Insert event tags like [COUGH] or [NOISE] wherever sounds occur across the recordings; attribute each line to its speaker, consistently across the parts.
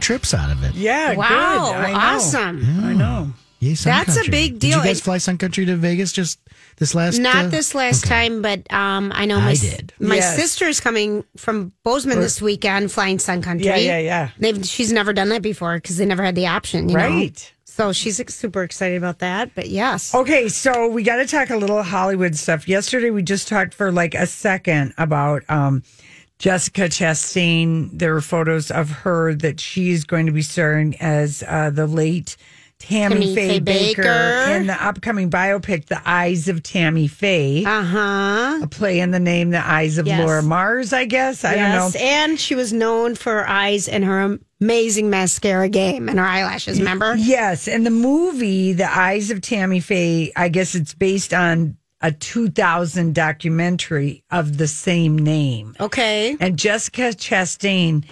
Speaker 1: trips out of it.
Speaker 2: Yeah.
Speaker 3: Wow,
Speaker 2: Oh, Good. I know.
Speaker 3: awesome.
Speaker 2: I know.
Speaker 1: Yay, Sun
Speaker 3: That's a
Speaker 1: Country.
Speaker 3: big
Speaker 1: Did
Speaker 3: deal.
Speaker 1: you guys
Speaker 3: It-
Speaker 1: fly Sun Country to Vegas just this last?
Speaker 3: Not
Speaker 1: uh,
Speaker 3: this last
Speaker 1: okay.
Speaker 3: time, but um, I know
Speaker 1: I
Speaker 3: my s-
Speaker 1: did.
Speaker 3: my
Speaker 2: Yes.
Speaker 3: sister's coming from Bozeman this weekend, flying Sun Country.
Speaker 2: Yeah, yeah, yeah.
Speaker 3: They've, she's never done that before because they never had the option, you know?
Speaker 2: Right. Oh.
Speaker 3: So she's ex- super excited about that. But yes,
Speaker 2: Okay, so we got to talk a little Hollywood stuff. Yesterday, we just talked for like a second about um, Jessica Chastain. There were photos of her that she's going to be starring as uh, the late Tammy,
Speaker 3: Tammy
Speaker 2: Faye,
Speaker 3: Faye
Speaker 2: Baker,
Speaker 3: Baker.
Speaker 2: in the upcoming biopic, The Eyes of Tammy Faye.
Speaker 3: uh huh.
Speaker 2: a play in the name, The Eyes of
Speaker 3: Yes.
Speaker 2: Laura Mars, I guess. I
Speaker 3: Yes,
Speaker 2: don't know.
Speaker 3: and she was known for her eyes and her amazing mascara game and her eyelashes. Remember?
Speaker 2: Yes, and the movie, The Eyes of Tammy Faye, I guess it's based on a 2000 documentary of the same name.
Speaker 3: Okay.
Speaker 2: And Jessica Chastain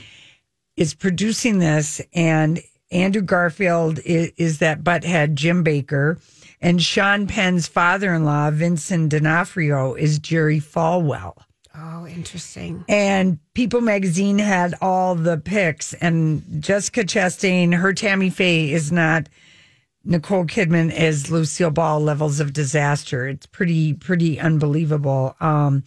Speaker 2: is producing this, and Andrew Garfield is, is that butthead Jim Baker, and Sean Penn's father-in-law Vincent D'Onofrio is Jerry Falwell.
Speaker 3: Oh, interesting.
Speaker 2: And People magazine had all the pics, and Jessica Chastain, her Tammy Faye is not Nicole Kidman as Lucille Ball levels of disaster. It's pretty, pretty unbelievable. Um,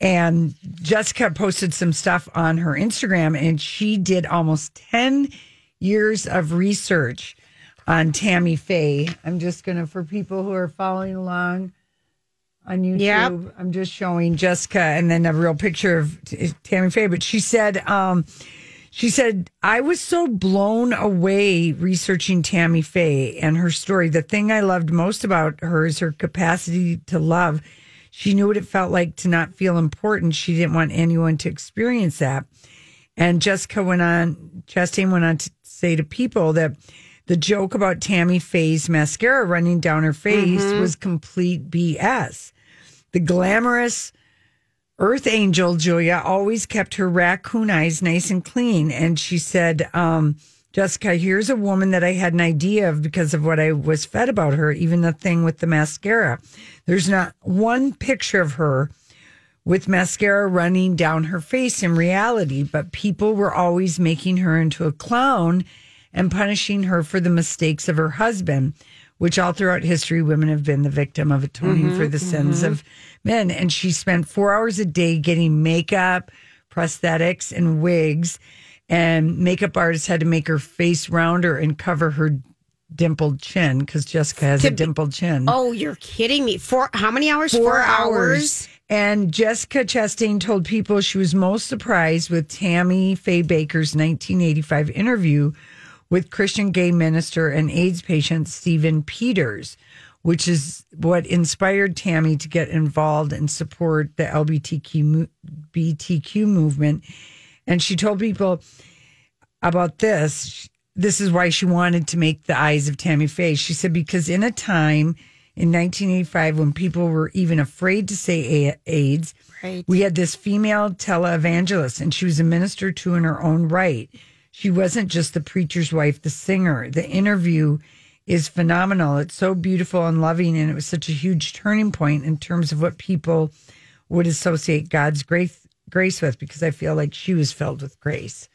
Speaker 2: and Jessica posted some stuff on her Instagram, and she did almost 10 years of research on Tammy Faye. I'm just going to, for people who are following along on YouTube,
Speaker 3: Yep.
Speaker 2: I'm just showing Jessica and then a real picture of T- Tammy Faye. But she said, um, she said, I was so blown away researching Tammy Faye and her story. The thing I loved most about her is her capacity to love. She knew what it felt like to not feel important. She didn't want anyone to experience that. And Jessica went on, Chastain went on to say to people that the joke about Tammy Faye's mascara running down her face was complete BS. The glamorous Earth Angel Julia always kept her raccoon eyes nice and clean. And she said, um, Jessica, here's a woman that I had an idea of because of what I was fed about her, even the thing with the mascara. There's not one picture of her with mascara running down her face in reality, but people were always making her into a clown and punishing her for the mistakes of her husband, which all throughout history, women have been the victim of atoning
Speaker 3: Mm-hmm,
Speaker 2: for the sins of men. And she spent four hours a day getting makeup, prosthetics, and wigs. And makeup artists had to make her face rounder and cover her dimpled chin because Jessica has a
Speaker 3: To be-
Speaker 2: dimpled chin
Speaker 3: Oh, you're kidding me. Four? How many hours?
Speaker 2: and Jessica Chastain told people she was most surprised with Tammy Faye Baker's 1985 interview with Christian gay minister and AIDS patient Stephen Peters, which is what inspired Tammy to get involved and support the LGBTQ mo- BTQ movement. And she told people about this. This is why she wanted to make the eyes of Tammy Faye. She said, because in a time in 1985 when people were even afraid to say A- AIDS,
Speaker 3: Right.
Speaker 2: we had this female televangelist, and she was a minister too in her own right. She wasn't just the preacher's wife, the singer. The interview is phenomenal. It's so beautiful and loving, and it was such a huge turning point in terms of what people would associate God's grace grace with, because I feel like she was filled with grace.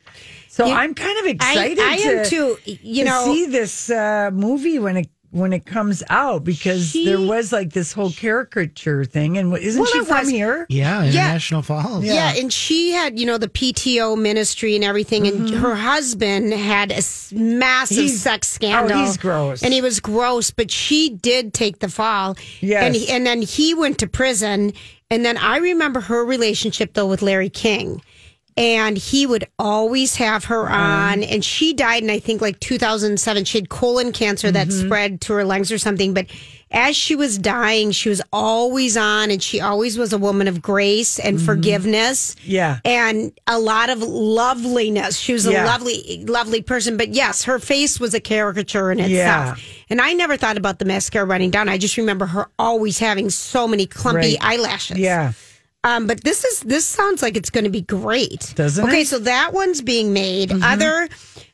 Speaker 2: So
Speaker 3: You-
Speaker 2: I'm kind of
Speaker 3: I,
Speaker 2: excited.
Speaker 3: I am
Speaker 2: to-
Speaker 3: too. You
Speaker 2: to
Speaker 3: know,
Speaker 2: see this uh, movie when it when it comes out because there
Speaker 3: She-
Speaker 2: was like this whole caricature thing. And what- isn't
Speaker 3: Well,
Speaker 2: she
Speaker 3: it
Speaker 2: from
Speaker 3: was-
Speaker 2: here?
Speaker 1: Yeah, International Falls.
Speaker 3: Yeah. and she had, you know, the PTO ministry and everything, and her husband had a s- massive
Speaker 2: Mm-hmm. He's-
Speaker 3: sex scandal.
Speaker 2: oh, he's gross.
Speaker 3: and he was gross, but she did take the fall.
Speaker 2: Yes.
Speaker 3: and he, and then he went to prison, and then I remember her relationship though with Larry King, and he would always have her on, and she died in I think like 2007. She had colon cancer that spread to her lungs or something, but. As she was dying, she was always on, and she always was a woman of grace and forgiveness
Speaker 2: Yeah.
Speaker 3: and a lot of loveliness. She was a
Speaker 2: Yeah.
Speaker 3: lovely, lovely person. But yes, her face was a caricature in itself.
Speaker 2: Yeah.
Speaker 3: And I never thought about the mascara running down. I just remember her always having so many clumpy
Speaker 2: Right.
Speaker 3: eyelashes.
Speaker 2: Yeah.
Speaker 3: Um, but this is this sounds like it's going to be great,
Speaker 2: Doesn't
Speaker 3: Okay,
Speaker 2: it? Mm-hmm.
Speaker 3: so that one's being made. Other,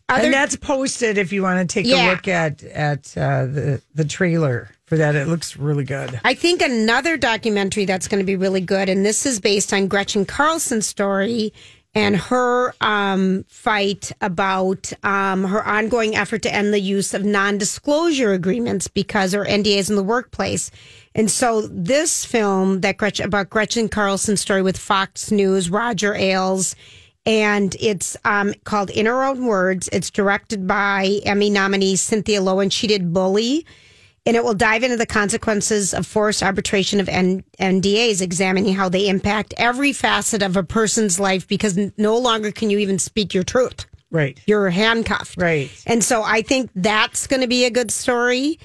Speaker 3: other.
Speaker 2: And that's posted if you want to take
Speaker 3: Yeah.
Speaker 2: a look at at uh, the the trailer for that. It looks really good.
Speaker 3: I think another documentary that's going to be really good, and this is based on Gretchen Carlson's story and her um, fight about um, her ongoing effort to end the use of non-disclosure agreements because her NDAs in the workplace. And so this film that Gretchen, about Gretchen Carlson's story with Fox News, Roger Ailes, and it's um, called In Her Own Words. It's directed by Emmy nominee Cynthia Lowen. She did Bully and it will dive into the consequences of forced arbitration of N- NDAs, examining how they impact every facet of a person's life because n- no longer can you even speak your truth.
Speaker 2: Right.
Speaker 3: You're handcuffed.
Speaker 2: Right.
Speaker 3: And so I think that's going to be a good story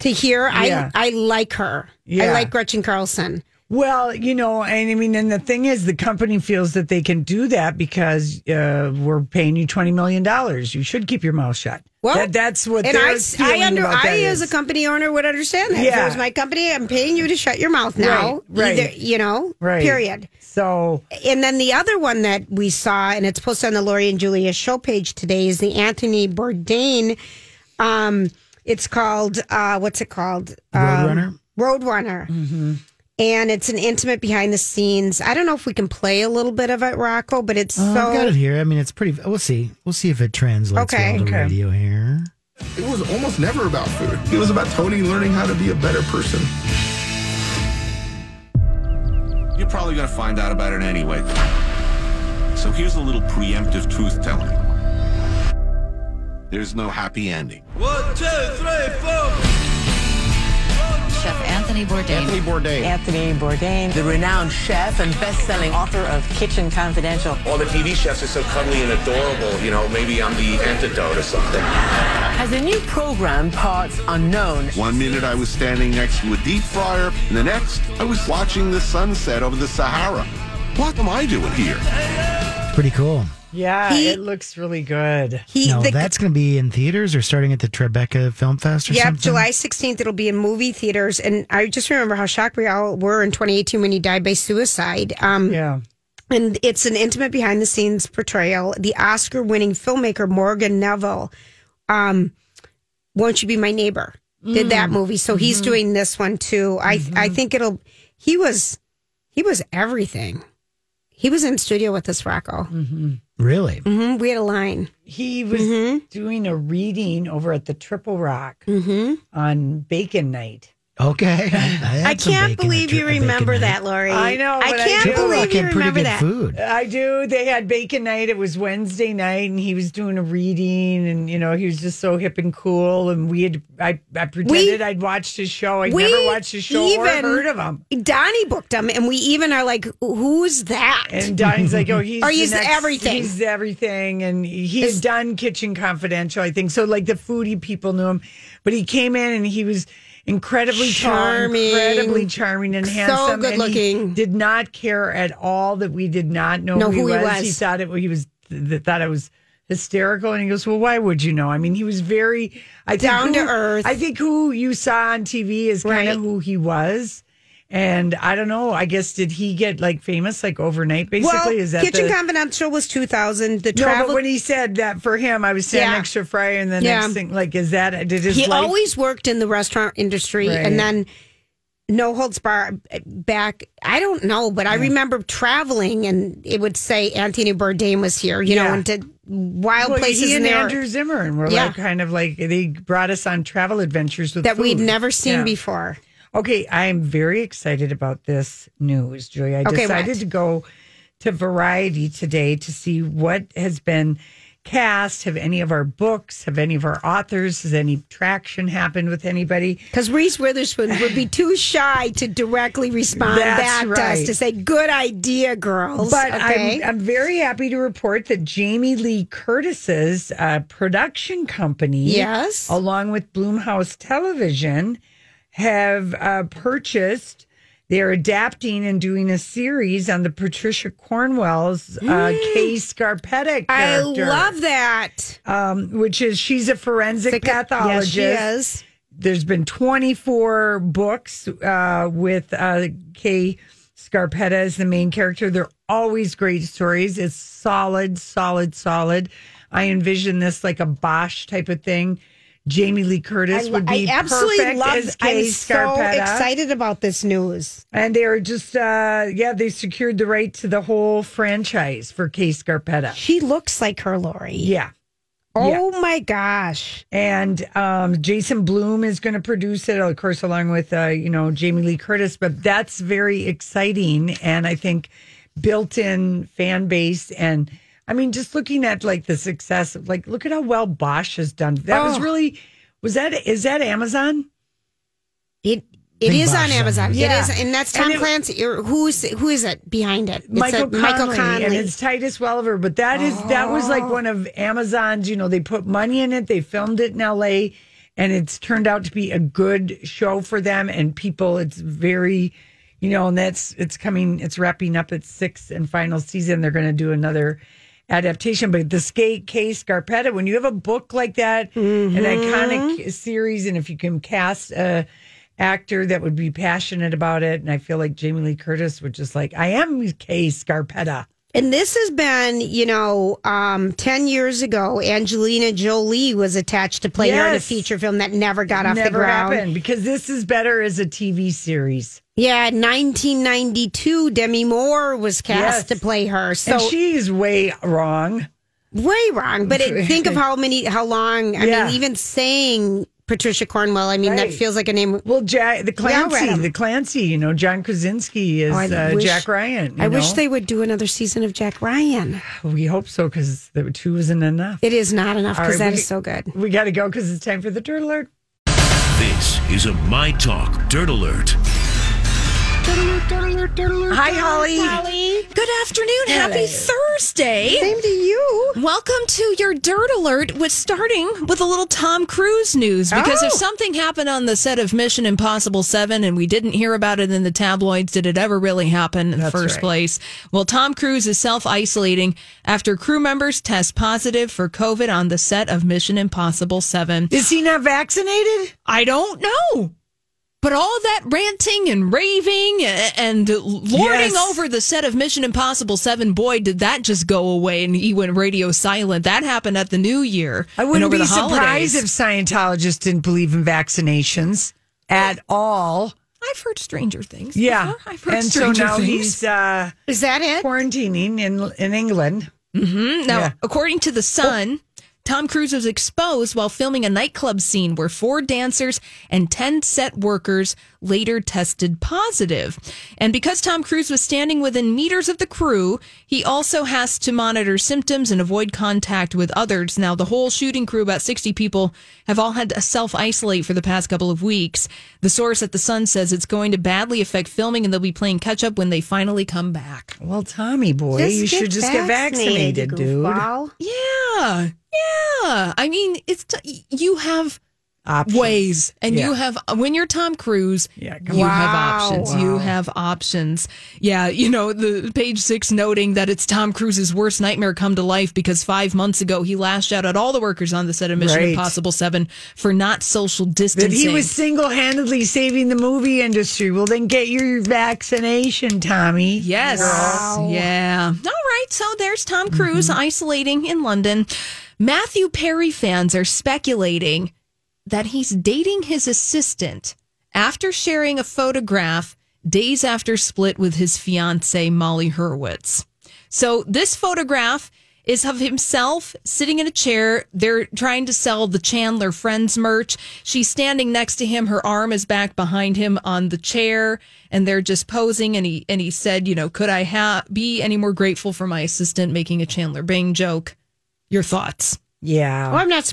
Speaker 3: to hear.
Speaker 2: Yeah.
Speaker 3: I I like her. I
Speaker 2: Yeah.
Speaker 3: like Gretchen Carlson.
Speaker 2: Well, you know, and I mean, and the thing is, the company feels that they can do that because uh, we're paying you twenty million dollars. You should keep your mouth shut.
Speaker 3: Well,
Speaker 2: that, that's what
Speaker 3: and
Speaker 2: they're
Speaker 3: I,
Speaker 2: feeling
Speaker 3: I under
Speaker 2: about that
Speaker 3: I as
Speaker 2: is.
Speaker 3: a company owner would understand that. If it
Speaker 2: Yeah.
Speaker 3: was my company, I'm paying you to shut your mouth now.
Speaker 2: Right, right.
Speaker 3: Either- you know,
Speaker 2: Right.
Speaker 3: period.
Speaker 2: So
Speaker 3: And then the other one that we saw, and it's posted on the Lori and Julia show page today, is the Anthony Bourdain. Um, it's called uh, what's it called? Um,
Speaker 1: Roadrunner? Mm-hmm.
Speaker 3: Roadrunner. And it's an intimate behind the scenes. I don't know if we can play a little bit of it, Rocco, but it's
Speaker 1: Oh, I've got it
Speaker 3: so
Speaker 1: here. I mean, it's pretty. We'll see. We'll see if it translates
Speaker 3: Okay.
Speaker 1: well to
Speaker 2: Okay.
Speaker 1: radio here.
Speaker 4: It was almost never about food. It was about Tony learning how to be a better person.
Speaker 5: You're probably going to find out about it anyway. So here's a little preemptive truth telling. There's no happy ending. One, two, three, four.
Speaker 6: Chef Anthony Bourdain.
Speaker 7: Anthony Bourdain, the renowned chef and best-selling author of Kitchen Confidential.
Speaker 5: All the TV chefs are so cuddly and adorable, you know, maybe I'm the antidote or something.
Speaker 7: Has a new program, Parts Unknown.
Speaker 5: One minute I was standing next to a deep fryer, and the next I was watching the sunset over the Sahara. What am I doing here?
Speaker 1: It's pretty cool.
Speaker 2: yeah,
Speaker 3: He-
Speaker 2: it looks really good.
Speaker 3: he
Speaker 1: Now,
Speaker 3: the-
Speaker 1: that's going to be in theaters or starting at the Tribeca Film Fest or
Speaker 3: Yep,
Speaker 1: something.
Speaker 3: July 16th, it'll be in movie theaters. And I just remember how shocked we all were in 2018 when he died by suicide. Um,
Speaker 2: Yeah.
Speaker 3: And it's an intimate behind the scenes portrayal. The Oscar winning filmmaker Morgan Neville, um, Won't You Be My Neighbor, did that movie. So he's doing this one too. I I think it'll he was he was everything. He was in studio with us, Rocco.
Speaker 1: Really?
Speaker 3: hmm We had a line.
Speaker 2: He was
Speaker 3: Mm-hmm.
Speaker 2: doing a reading over at the Triple Rock
Speaker 3: Mm-hmm.
Speaker 2: on Bacon Night.
Speaker 3: [LAUGHS]
Speaker 1: Okay. I,
Speaker 3: I can't believe you remember that, Lori.
Speaker 2: I know,
Speaker 3: I
Speaker 2: but I
Speaker 3: can't
Speaker 2: do.
Speaker 1: I
Speaker 3: believe you
Speaker 1: pretty
Speaker 3: remember
Speaker 1: good
Speaker 3: that.
Speaker 1: food.
Speaker 2: I do. They had Bacon Night. It was Wednesday night, and he was doing a reading, and you know he was just so hip and cool. And we had I, I pretended I'd watched his show. I
Speaker 3: we
Speaker 2: never watched his show or
Speaker 3: even-
Speaker 2: heard of him.
Speaker 3: Donnie booked him, and we even are like, "Who's that?"
Speaker 2: And Donnie's like, oh, he's
Speaker 3: Or
Speaker 2: the
Speaker 3: he's
Speaker 2: next-
Speaker 3: everything.
Speaker 2: He's everything, and he
Speaker 3: Is-
Speaker 2: had done Kitchen Confidential, I think. So like the foodie people knew him, but he came in and he was incredibly
Speaker 3: Charming.
Speaker 2: charming, incredibly charming and
Speaker 3: So
Speaker 2: handsome.
Speaker 3: good
Speaker 2: and he
Speaker 3: looking.
Speaker 2: did not care at all that we did not know,
Speaker 3: Know who
Speaker 2: he
Speaker 3: he
Speaker 2: was.
Speaker 3: was.
Speaker 2: thought it. He was th- thought I was. Hysterical, and he goes, "Well, why would you know?" I mean, he was very I think
Speaker 3: Down to
Speaker 2: who-
Speaker 3: earth.
Speaker 2: I think who you saw on TV is kind
Speaker 3: Right.
Speaker 2: of who he was. And I don't know. I guess did he get like famous like overnight? Basically,
Speaker 3: well,
Speaker 2: is that
Speaker 3: Kitchen
Speaker 2: the,
Speaker 3: Confidential was two thousand. The
Speaker 2: no?
Speaker 3: travel.
Speaker 2: But when he said that for him, I was saying
Speaker 3: Yeah.
Speaker 2: extra fry, and then
Speaker 3: Yeah.
Speaker 2: next thing like is that did his
Speaker 3: he
Speaker 2: life-
Speaker 3: always worked in the restaurant industry
Speaker 2: Right.
Speaker 3: and then no holds bar back i don't know but i remember traveling and it would say anthony bourdain was here you know
Speaker 2: Yeah.
Speaker 3: and to wild
Speaker 2: Well,
Speaker 3: places
Speaker 2: he
Speaker 3: in
Speaker 2: and
Speaker 3: there
Speaker 2: Andrew Zimmern were
Speaker 3: Yeah.
Speaker 2: like kind of like they brought us on travel adventures with
Speaker 3: that we'd
Speaker 2: food.
Speaker 3: never seen
Speaker 2: Yeah.
Speaker 3: before.
Speaker 2: Okay, I'm very excited about this news, Julia. I
Speaker 3: Okay,
Speaker 2: decided
Speaker 3: what?
Speaker 2: to go to Variety today to see what has been cast. Have any of our books, have any of our authors, has any traction happened with anybody?
Speaker 3: Because Reese Witherspoon would be too shy to directly respond
Speaker 2: That's
Speaker 3: back to us
Speaker 2: right.
Speaker 3: to say, "Good idea, girls."
Speaker 2: But
Speaker 3: okay?
Speaker 2: I'm, I'm very happy to report that Jamie Lee Curtis's uh, production company,
Speaker 3: Yes.
Speaker 2: along with Bloomhouse Television, have uh, purchased. They're adapting and doing a series on the Patricia Cornwell's uh, Kay Scarpetta character.
Speaker 3: Mm. I love that.
Speaker 2: um, which is she's a forensic pathologist.
Speaker 3: Yes, she is.
Speaker 2: There's been 24 books uh, with uh, Kay Scarpetta as the main character. They're always great stories. It's solid, solid, solid. I envision this like a Bosch type of thing. Jamie Lee Curtis
Speaker 3: lo-
Speaker 2: would be perfect as Kay
Speaker 3: I'm
Speaker 2: Scarpetta.
Speaker 3: so excited about this news.
Speaker 2: And they are just, uh, yeah, they secured the right to the whole franchise for Kay Scarpetta.
Speaker 3: She looks like her, Lori.
Speaker 2: Yeah.
Speaker 3: Oh my gosh.
Speaker 2: and um, Jason Bloom is going to produce it, of course, along with uh, you know Jamie Lee Curtis. But that's very exciting, and I think built-in fan base, and I mean, just looking at like the success, of, like look at how well Bosch has done. That was
Speaker 3: Oh.
Speaker 2: really was that is that Amazon?
Speaker 3: It it
Speaker 1: Big
Speaker 3: is on
Speaker 1: box
Speaker 3: Amazon.
Speaker 1: on
Speaker 2: Amazon.
Speaker 3: It is and that's
Speaker 2: And
Speaker 3: Tom
Speaker 2: it-
Speaker 3: Clancy or who's who is it behind it? It's a- Michael Conley.
Speaker 2: and it's Titus Welliver. But that is that was like one of Amazon's. You know, they put money in it. They filmed it in L.A. and it's turned out to be a good show for them and people. It's very, you know, and that's it's coming. It's wrapping up its sixth and final season. They're going to do another adaptation. But the skate case Scarpetta. When you have a book like that, an iconic series, and if you can cast a actor that would be passionate about it, and I feel like Jamie Lee Curtis would just like I am Kay Scarpetta.
Speaker 3: And this has been, you know, um, 10 years ago, Angelina Jolie was attached to play her in a
Speaker 2: Yes.
Speaker 3: feature film that never got off the
Speaker 2: Never
Speaker 3: ground.
Speaker 2: happened because this is better as a TV series.
Speaker 3: Yeah, 1992, Demi Moore was
Speaker 2: Yes.
Speaker 3: cast to play her. So
Speaker 2: and she's way wrong.
Speaker 3: way wrong. But it,
Speaker 2: [LAUGHS]
Speaker 3: think of how many, how long. I
Speaker 2: Yeah.
Speaker 3: mean, even saying Patricia Cornwell, I mean, that
Speaker 2: Right.
Speaker 3: feels like a name.
Speaker 2: Well, Jack, the
Speaker 3: Yeah, I read
Speaker 2: Clancy,
Speaker 3: them.
Speaker 2: the Clancy, you know, John Krasinski is
Speaker 3: Oh, I
Speaker 2: uh,
Speaker 3: wish-
Speaker 2: Jack Ryan. you
Speaker 3: I wish
Speaker 2: know?
Speaker 3: they would do another season of Jack Ryan.
Speaker 2: We hope so because the two isn't enough.
Speaker 3: It is not enough
Speaker 2: All
Speaker 3: because
Speaker 2: right,
Speaker 3: that
Speaker 2: we-
Speaker 3: is so good.
Speaker 2: We got to go because it's time for the dirt alert.
Speaker 6: This is a My Talk Dirt Alert.
Speaker 2: Hi, Holly.
Speaker 8: Good afternoon. Happy Thursday.
Speaker 3: Same to you.
Speaker 8: Welcome to your Dirt Alert with starting with a little Tom Cruise news because if
Speaker 3: Oh.
Speaker 8: something happened on the set of Mission Impossible 7 and we didn't hear about it in the tabloids, did it ever really happen in the
Speaker 2: That's
Speaker 8: first
Speaker 2: right.
Speaker 8: place? Well, Tom Cruise is self-isolating after crew members test positive for COVID on the set of Mission Impossible 7.
Speaker 2: Is he not vaccinated?
Speaker 8: I don't know. But all that ranting and raving a- and lording
Speaker 2: Yes.
Speaker 8: over the set of Mission Impossible 7, boy, did that just go away and he went radio silent. That happened at the New Year.
Speaker 2: I
Speaker 8: and
Speaker 2: wouldn't
Speaker 8: over
Speaker 2: be
Speaker 8: the holidays.
Speaker 2: surprised if Scientologists didn't believe in vaccinations at all.
Speaker 8: I've heard stranger things.
Speaker 2: Yeah.
Speaker 8: before. I've heard
Speaker 2: And so
Speaker 8: stranger
Speaker 2: now
Speaker 8: things.
Speaker 2: he's uh,
Speaker 3: Is that it?
Speaker 2: quarantining in, in England.
Speaker 8: Now,
Speaker 2: Yeah.
Speaker 8: according to The Sun, Tom Cruise was exposed while filming a nightclub scene where four dancers and 10 set workers later tested positive. And because Tom Cruise was standing within meters of the crew, he also has to monitor symptoms and avoid contact with others. Now, the whole shooting crew, about 60 people, have all had to self isolate for the past couple of weeks. The source at The Sun says it's going to badly affect filming and they'll be playing catch up when they finally come back.
Speaker 2: Well, Tommy boy,
Speaker 3: Just
Speaker 2: you should just get vaccinated,
Speaker 3: you
Speaker 2: dude.
Speaker 3: goofball.
Speaker 8: Yeah. Yeah. I mean, it's t- you have
Speaker 2: Options.
Speaker 8: ways and
Speaker 2: Yeah.
Speaker 8: you have when you're Tom Cruise,
Speaker 2: Yeah, come
Speaker 8: you
Speaker 2: on.
Speaker 8: have options. You have options. Yeah, you know, the page 6 noting that it's Tom Cruise's worst nightmare come to life because 5 months ago Oh, he lashed out at all the workers on the set of Mission
Speaker 2: Right.
Speaker 8: Impossible 7 for not social distancing.
Speaker 2: That he was single handedly saving the movie industry. Well, then get your vaccination, Tommy.
Speaker 8: Yes. Yeah. All right. So there's Tom Cruise
Speaker 2: Mm-hmm.
Speaker 8: isolating in London. Matthew Perry fans are speculating that he's dating his assistant after sharing a photograph days after split with his fiancee Molly Hurwitz. So this photograph
Speaker 3: is of himself sitting in a chair. They're trying to sell the Chandler Friends merch. She's standing next to him. Her arm is back behind him on the chair, and they're just posing. And he and he said, you know, could I ha- be any more grateful for my assistant making a Chandler Bing joke? Your thoughts?
Speaker 2: Yeah.
Speaker 9: Oh, I'm not.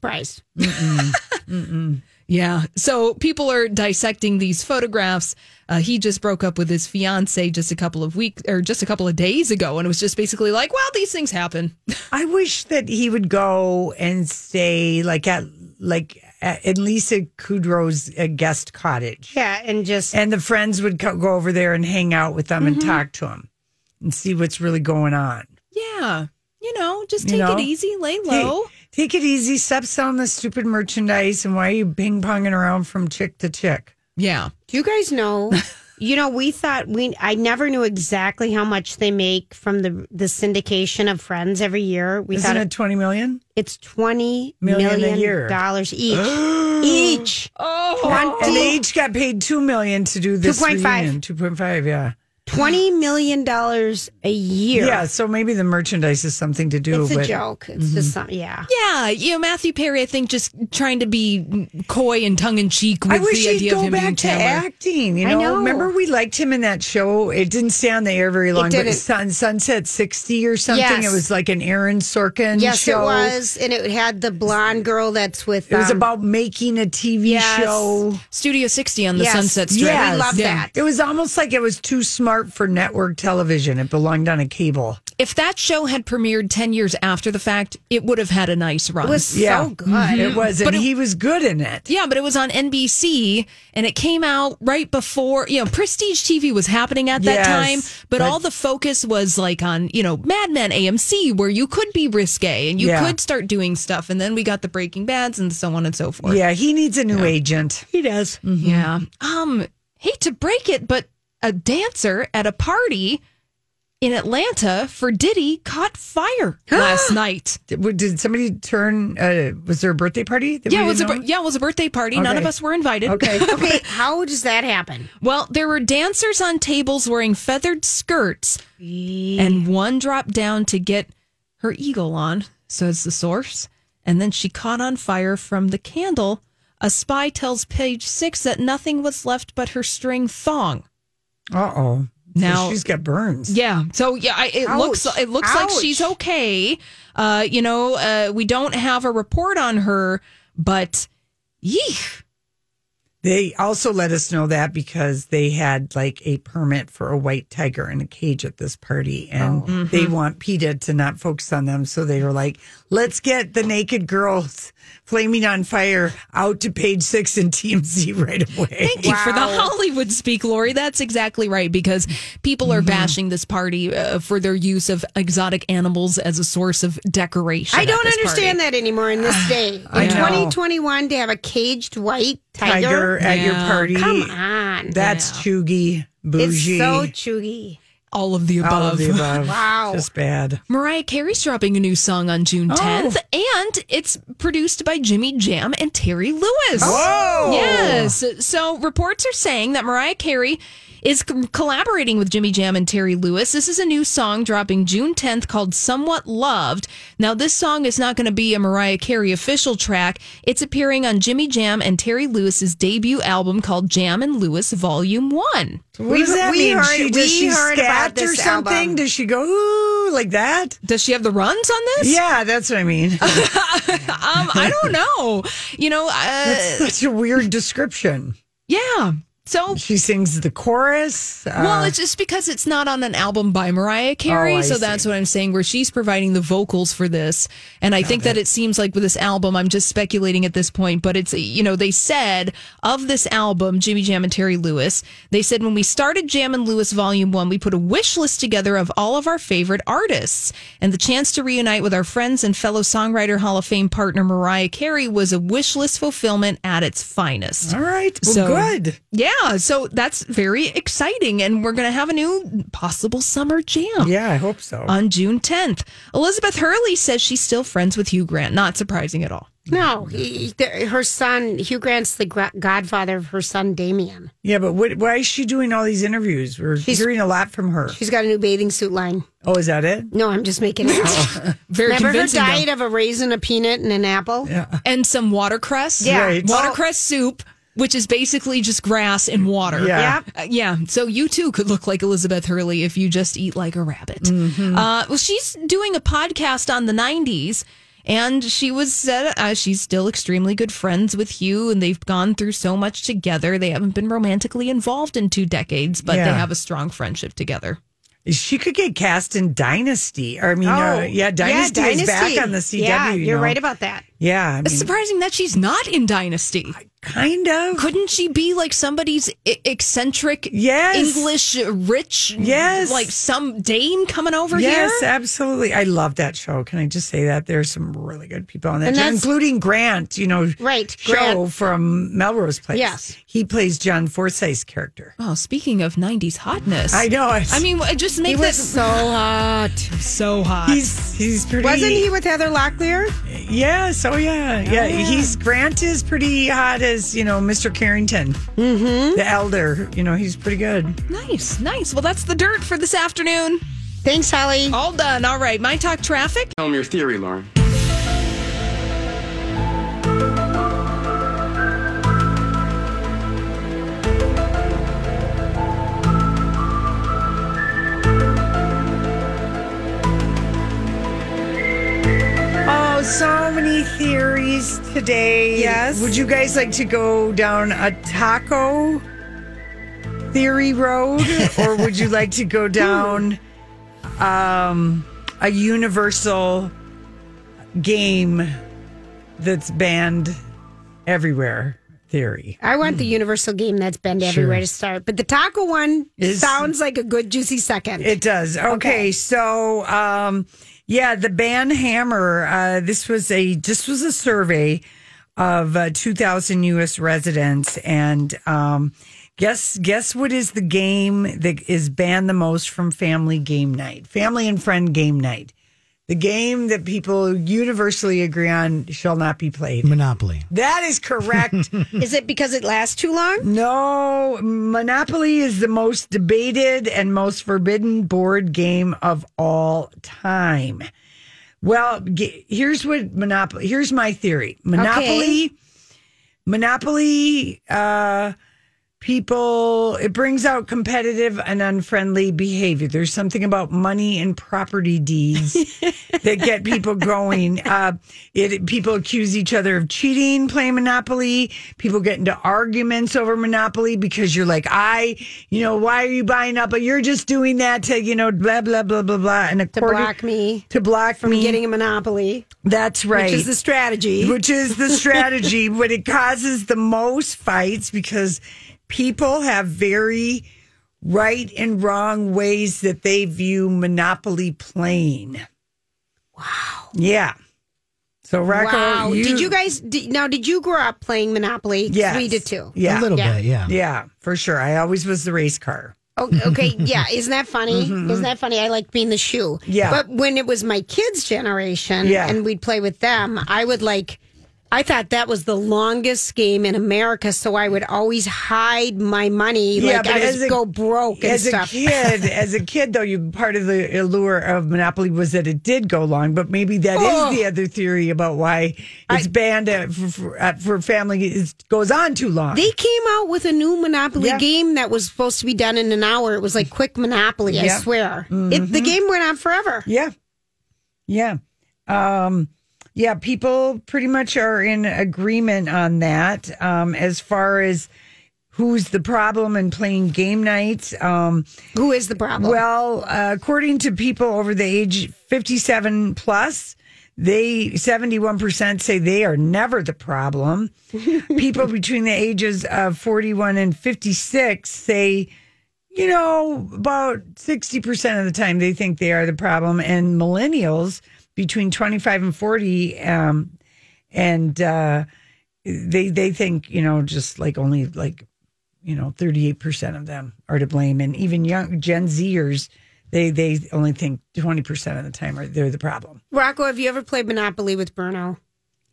Speaker 9: Surprise.
Speaker 3: Yeah. So people are dissecting these photographs. Uh, he just broke up with his fiance just a couple of weeks or just a couple of days ago, and it was just basically like, "Well, these things happen."
Speaker 2: I wish that he would go and stay like at like at in Lisa Kudrow's uh, guest cottage.
Speaker 9: Yeah, and just
Speaker 2: and the friends would co- go over there and hang out with them and
Speaker 3: Mhm.
Speaker 2: talk to them and see what's really going on.
Speaker 3: Yeah. You know, just
Speaker 2: You
Speaker 3: take
Speaker 2: know?
Speaker 3: it easy, lay
Speaker 2: Hey,
Speaker 3: low.
Speaker 2: Take, it easy. Stop selling the stupid merchandise. And why are you ping ponging around from chick to chick?
Speaker 3: Yeah.
Speaker 9: Do you guys
Speaker 3: [LAUGHS]
Speaker 9: know? you know, we thought we. I never knew exactly how much they make from the the syndication of Friends every year. We
Speaker 2: Isn't
Speaker 9: thought
Speaker 2: it 20 million?
Speaker 9: it's twenty
Speaker 2: Million a year.
Speaker 9: dollars each.
Speaker 2: [GASPS]
Speaker 9: each.
Speaker 2: Oh, and they each got paid 2 million to do this
Speaker 9: 2.5.
Speaker 2: reunion. 2.5, yeah.
Speaker 9: Twenty million dollars a year.
Speaker 2: Yeah, so maybe the merchandise is something to do
Speaker 9: it's a
Speaker 2: but-
Speaker 9: joke. It's
Speaker 2: Mm-hmm.
Speaker 9: just something. Yeah.
Speaker 3: Yeah, Uh, you know Matthew Perry. I think just trying to be coy and tongue in cheek with
Speaker 2: I wish
Speaker 3: the
Speaker 2: he'd
Speaker 3: idea of
Speaker 2: go
Speaker 3: him being
Speaker 2: back to
Speaker 3: Chandler.
Speaker 2: acting. You
Speaker 3: I
Speaker 2: know?
Speaker 3: know.
Speaker 2: remember we liked him in that show. It didn't stay on the air very long.
Speaker 9: didn't.
Speaker 2: But Sun, Sunset sixty or something.
Speaker 9: Yes.
Speaker 2: It was like an Aaron Sorkin.
Speaker 9: Yes,
Speaker 2: show.
Speaker 9: it was, and it had the blonde girl that's with.
Speaker 2: It was
Speaker 9: um,
Speaker 2: about making a TV
Speaker 9: Yes.
Speaker 2: show.
Speaker 3: Studio 60 on the
Speaker 9: Yes.
Speaker 3: Sunset Strip.
Speaker 9: Yeah, we love
Speaker 3: Yeah.
Speaker 9: that.
Speaker 2: It was almost like it was too smart for network television. It belonged on a cable.
Speaker 3: If that show had premiered 10 years after the fact, it would have had a nice run.
Speaker 9: It was so good.
Speaker 2: Mm-hmm. It was, and
Speaker 3: But it-
Speaker 2: he was good in it.
Speaker 3: Yeah, but it was on NBC and it came out right before, you know, Prestige TV was happening at
Speaker 2: Yes,
Speaker 3: that time, but,
Speaker 2: but-
Speaker 3: all the focus was like on, you know, Mad Men AMC where you could be risque and you
Speaker 2: Yeah.
Speaker 3: could start doing stuff. And then we got the Breaking Bads and so on and so forth.
Speaker 2: Yeah, he needs a new agent.
Speaker 9: He does.
Speaker 3: Yeah. Um, hate to break it, but a dancer at a party in Atlanta for Diddy caught fire [GASPS] last night.
Speaker 2: Did, w- did somebody turn? Uh, was there a birthday party? that we
Speaker 3: Yeah, it was a
Speaker 2: didn't
Speaker 3: bir-
Speaker 2: know?
Speaker 3: yeah, it was a birthday party. None of
Speaker 2: Okay.
Speaker 3: us were invited. [LAUGHS]
Speaker 2: Okay.
Speaker 9: okay, how does that happen?
Speaker 3: Well, there were dancers on tables wearing feathered skirts, and one dropped down to get her eagle on, says the source. And then she caught on fire from the candle. A spy tells page six that nothing was left but her string thong.
Speaker 2: Uh oh.
Speaker 3: Now-
Speaker 2: she's got burns.
Speaker 3: Yeah. So yeah, I, it
Speaker 2: Ouch.
Speaker 3: looks it looks like
Speaker 2: Ouch.
Speaker 3: she's okay. Uh, you know, uh, we don't have a report on her, but yeesh.
Speaker 2: They also let us know that because they had like a permit for a white tiger in a cage at this party, and they want PETA to not focus on them. So they were like, "Let's get the naked girls flaming on fire out to page six in TMZ [LAUGHS] right away."
Speaker 3: Thank you for the Hollywood speak, Lori. That's exactly right because people
Speaker 9: Mm-hmm.
Speaker 3: are bashing this party uh, for their use of exotic animals as a source of decoration.
Speaker 9: I don't understand that anymore
Speaker 3: [SIGHS]
Speaker 9: in this day. In
Speaker 2: I know.
Speaker 9: 2021, to have a caged white tiger.
Speaker 2: [LAUGHS] Tiger at your
Speaker 3: Yeah.
Speaker 2: party.
Speaker 9: Come on.
Speaker 2: That's chuggy, Oh.
Speaker 9: it's
Speaker 2: bougie,
Speaker 9: so chuggy.
Speaker 3: All of the above.
Speaker 2: all of the [LAUGHS] above.
Speaker 9: Wow.
Speaker 2: just bad.
Speaker 3: Mariah Carey's dropping a new song on June
Speaker 2: Oh.
Speaker 3: 10th, and it's produced by Jimmy Jam and Terry Lewis. Yes. So reports are saying that Mariah Carey is com- collaborating with Jimmy Jam and Terry Lewis. This is a new song dropping June 10th called Somewhat Loved. Now, this song is not going to be a Mariah Carey official track. It's appearing on Jimmy Jam and Terry Lewis's debut album called Jam and Lewis Volume 1.
Speaker 2: What does that
Speaker 10: we
Speaker 2: mean?
Speaker 10: heard-
Speaker 2: she, does
Speaker 10: we
Speaker 2: she
Speaker 10: heard
Speaker 2: scat
Speaker 10: about
Speaker 2: or
Speaker 10: this
Speaker 2: something?
Speaker 10: album.
Speaker 2: Does she go ooh like that?
Speaker 3: Does she have the runs on this?
Speaker 2: Yeah, that's what I mean.
Speaker 3: Um, I don't know. You know,
Speaker 2: That's
Speaker 3: uh,
Speaker 2: such a weird description.
Speaker 3: yeah. So
Speaker 2: She sings the chorus. Uh,
Speaker 3: Well, it's just because it's not on an album by Mariah Carey,
Speaker 2: Oh, I
Speaker 3: so that's what I'm saying. Where she's providing the vocals for this, and I think that it seems like with this album, I'm just speculating at this point, but it's you know they said of this album, Jimmy Jam and Terry Lewis, they said when we started Jam and Lewis Volume One, we put a wish list together of all of our favorite artists, and the chance to reunite with our friends and fellow songwriter Hall of Fame partner Mariah Carey was a wish list fulfillment at its finest.
Speaker 2: all right. Well,
Speaker 3: So-
Speaker 2: good.
Speaker 3: Yeah, so that's very exciting, and we're going to have a new possible summer jam
Speaker 2: Yeah, I hope so.
Speaker 3: on June 10th. Elizabeth Hurley says she's still friends with Hugh Grant. Not surprising at all.
Speaker 10: No, he, he- her son Hugh Grant's the gra- godfather of her son Damien.
Speaker 2: yeah, but what, why is she doing all these interviews? We're hearing a lot from her.
Speaker 10: She's got a new bathing suit line.
Speaker 2: Oh, is that it?
Speaker 10: No, I'm just making it. up.
Speaker 3: Very
Speaker 10: Remember her
Speaker 3: convincing. though.
Speaker 10: diet of a raisin, a peanut, and an apple?
Speaker 2: Yeah.
Speaker 3: And some watercress.
Speaker 10: Yeah. Right.
Speaker 3: Watercress soup, which is basically just grass and water.
Speaker 2: Yeah.
Speaker 3: Uh, yeah. So you too could look like Elizabeth Hurley if you just eat like a rabbit. Uh, well, she's doing a podcast on the 90s. And she was said uh, she's still extremely good friends with Hugh, and they've gone through so much together. They haven't been romantically involved in two decades, but they
Speaker 2: Yeah.
Speaker 3: have a strong friendship together.
Speaker 2: She could get cast in Dynasty. Or, I mean, uh,
Speaker 3: Oh,
Speaker 2: yeah, Dynasty is back on the CW.
Speaker 10: Oh, Yeah,
Speaker 2: you
Speaker 10: you're
Speaker 2: know.
Speaker 10: right about that.
Speaker 2: Yeah, I
Speaker 3: It's
Speaker 2: mean,
Speaker 3: surprising that she's not in Dynasty.
Speaker 2: kind of.
Speaker 3: Couldn't she be like somebody's e- eccentric
Speaker 2: Yes.
Speaker 3: English rich?
Speaker 2: Yes.
Speaker 3: Like some dame coming over
Speaker 2: yes,
Speaker 3: here?
Speaker 2: absolutely. I love that show. Can I just say that there's some really good people on that
Speaker 10: And
Speaker 2: show,
Speaker 10: that's-
Speaker 2: including Grant. You know,
Speaker 10: Right,
Speaker 2: Show
Speaker 10: Grant.
Speaker 2: from Melrose Place.
Speaker 10: Yes.
Speaker 2: he plays John Forsythe's character.
Speaker 3: Oh, speaking of 90s hotness.
Speaker 2: I know. I,
Speaker 3: I mean, w- just
Speaker 10: He
Speaker 3: make
Speaker 10: was
Speaker 3: this
Speaker 10: so hot.
Speaker 3: [LAUGHS] so hot.
Speaker 2: he's he's pretty.
Speaker 10: Wasn't he with Heather Locklear?
Speaker 2: Yes. Oh yeah. Yeah. He's Grant is pretty hot as you know Mr. Carrington, mm-hmm. the elder. You know he's pretty good.
Speaker 3: nice, nice. Well, that's the dirt for this afternoon.
Speaker 10: Thanks, Holly.
Speaker 3: All done. All right. My talk traffic.
Speaker 11: Tell him your theory, Lauren.
Speaker 2: Oh, so many theories today.
Speaker 10: Yes.
Speaker 2: Would you guys like to go down a taco theory road, or would you like to go down um, a universal game that's banned everywhere theory?
Speaker 10: I want the
Speaker 2: Hmm.
Speaker 10: universal game that's bend everywhere to start, but the taco one
Speaker 2: Is-
Speaker 10: sounds like a good juicy second.
Speaker 2: It does. Okay, so um, yeah, the ban hammer. Uh, this was a this was a survey of uh, two thousand U.S. residents, and um, guess guess what is the game that is banned the most from family game night, family and friend game night. The game that people universally agree on shall not be
Speaker 1: [LAUGHS]
Speaker 2: played.
Speaker 1: Monopoly.
Speaker 2: That is correct.
Speaker 10: Is it because it lasts too long?
Speaker 2: No, Monopoly is the most debated and most forbidden board game of all time. Well, g- here's what Monopoly. Here's my theory. Monopoly. Monopoly. Uh, people. It brings out competitive and unfriendly behavior. There's something about money and
Speaker 10: [LAUGHS]
Speaker 2: property deeds that get people going. Uh, it people accuse each other of cheating playing Monopoly. People get into arguments over Monopoly because you're like, I, you know, why are you buying up? But you're just doing that to, you know, blah blah blah blah blah, and
Speaker 10: To
Speaker 2: according-
Speaker 10: block me
Speaker 2: to block
Speaker 10: from
Speaker 2: me.
Speaker 10: getting a monopoly,
Speaker 2: That's right.
Speaker 10: which is the strategy.
Speaker 2: Which is the strategy. but it causes the most fights because people have very right and wrong ways that they view Monopoly playing. Wow. Yeah. So Rocco,
Speaker 10: wow.
Speaker 2: you,
Speaker 10: did you guys did, now? Did you grow up playing Monopoly? 'Cause
Speaker 2: Yes.
Speaker 10: we did too.
Speaker 2: Yeah.
Speaker 1: A little
Speaker 10: Yeah.
Speaker 1: bit, yeah.
Speaker 2: Yeah, for sure. I always was the race car.
Speaker 10: Oh, okay,
Speaker 2: [LAUGHS]
Speaker 10: yeah. Isn't that funny? Isn't that funny? I liked being the shoe.
Speaker 2: Mm-hmm, Yeah.
Speaker 10: But when it was my kids' generation,
Speaker 2: Yeah.
Speaker 10: and we'd play with them, I would like
Speaker 3: I thought that was the longest game in America, so I would always hide my money. like I
Speaker 2: as
Speaker 3: would go broke and
Speaker 2: as
Speaker 3: stuff.
Speaker 2: a kid, as a kid though, you part of the allure of Monopoly was that it did go long. But maybe that is
Speaker 3: Oh.
Speaker 2: the other theory about why it's banned uh, for, for, uh, for family. It goes on too long.
Speaker 3: [LAUGHS] They came out with a new Monopoly
Speaker 2: Yeah.
Speaker 3: game that was supposed to be done in an hour. It was like quick Monopoly, I
Speaker 2: Yeah. Mm-hmm.
Speaker 3: swear. It, the game went on forever.
Speaker 2: Yeah. Yeah. Um, yeah, people pretty much are in agreement on that um, as far as who's the problem in playing game nights. Um,
Speaker 3: Who is the problem?
Speaker 2: Well, uh, according to people over the age 57 plus, they 71% say they are never the
Speaker 3: [LAUGHS]
Speaker 2: problem. people between the ages of 41 and 56 say you know, about 60% of the time they think they are the problem. And millennials between 25 and 40, um, and uh, they, they think, you know, just like only like, you know, 38% of them are to blame. And even young Gen Zers, they, they only think 20% of the time are they're the problem.
Speaker 3: Rocco, have you ever played Monopoly with Bruno?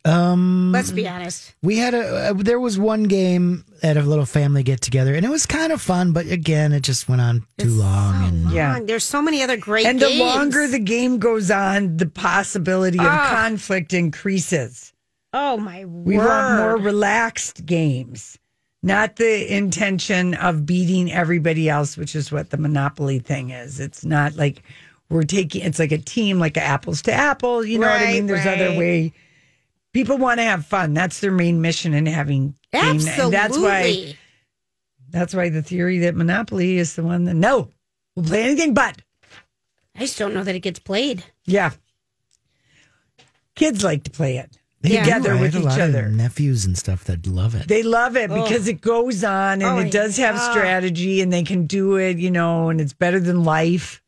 Speaker 1: Um,
Speaker 3: Let's be honest.
Speaker 1: We had a, uh, there was one game at a little family get together, and it was kind of fun, but again, it just went on too long. and
Speaker 2: Yeah.
Speaker 3: There's so many other great
Speaker 2: And
Speaker 3: games.
Speaker 2: the longer the game goes on, the possibility of
Speaker 3: Ah.
Speaker 2: conflict increases.
Speaker 3: Oh, my
Speaker 2: We
Speaker 3: word.
Speaker 2: want more relaxed games, not the intention of beating everybody else, which is what the Monopoly thing is. It's not like we're taking, it's like a team, like apples to apple. You know what I
Speaker 3: Right,
Speaker 2: mean? There's other
Speaker 3: right.
Speaker 2: way. People want to have fun. That's their main mission in having game night.
Speaker 3: Absolutely.
Speaker 2: And That's why, that's why the theory that Monopoly is the one that, no, we'll play anything but.
Speaker 3: I just don't know that it gets played.
Speaker 2: Yeah. Kids like to play it
Speaker 1: They do.
Speaker 2: together
Speaker 1: I
Speaker 2: with
Speaker 1: have a
Speaker 2: each
Speaker 1: lot of
Speaker 2: other.
Speaker 1: nephews and stuff that love it.
Speaker 2: They love it
Speaker 3: Ugh.
Speaker 2: because it goes on and
Speaker 3: Oh,
Speaker 2: it does have
Speaker 3: yeah.
Speaker 2: strategy and they can do it, you know, and it's better than life.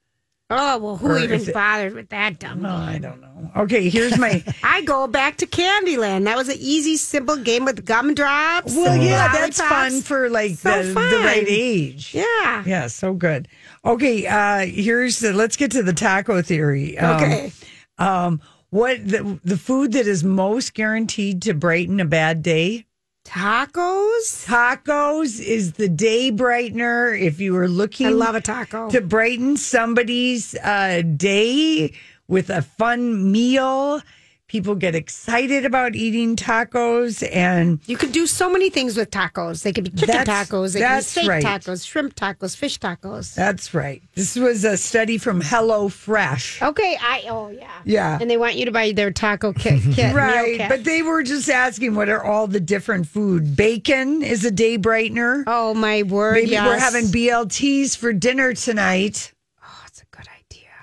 Speaker 3: Oh, well, who
Speaker 2: Or
Speaker 3: even
Speaker 2: is it-
Speaker 3: bothered with that dumb
Speaker 2: Oh, I
Speaker 3: game?
Speaker 2: don't know. Okay, here's
Speaker 3: [LAUGHS]
Speaker 2: my.
Speaker 3: I go back to Candyland. That was an easy, simple game with gumdrops.
Speaker 2: well,
Speaker 3: and
Speaker 2: yeah, that's
Speaker 3: lollipops.
Speaker 2: fun for like
Speaker 3: So
Speaker 2: the, the
Speaker 3: fun.
Speaker 2: right age.
Speaker 3: Yeah.
Speaker 2: Yeah, so good. Okay, uh here's the, let's get to the taco theory. Um,
Speaker 3: Okay.
Speaker 2: Um, what the the food that is most guaranteed to brighten a bad day?
Speaker 3: Tacos?
Speaker 2: Tacos is the day brightener. If you are looking,
Speaker 3: I love a taco.
Speaker 2: to brighten somebody's uh, day with a fun meal. People get excited about eating tacos, and
Speaker 3: You could do so many things with tacos. They could be chicken
Speaker 2: That's-
Speaker 3: tacos, they could be
Speaker 2: that's
Speaker 3: steak
Speaker 2: right.
Speaker 3: tacos, shrimp tacos, fish tacos.
Speaker 2: that's right. This was a study from Hello Fresh.
Speaker 3: Okay, I oh yeah.
Speaker 2: Yeah.
Speaker 3: And they want you to buy their taco kit. kit
Speaker 2: [LAUGHS]
Speaker 3: meal
Speaker 2: Right,
Speaker 3: kit.
Speaker 2: but they were just asking what are all the different food. Bacon is a day brightener.
Speaker 3: oh my word.
Speaker 2: Maybe we're
Speaker 3: yes.
Speaker 2: having BLTs for dinner tonight.
Speaker 3: Oh, it's a good idea.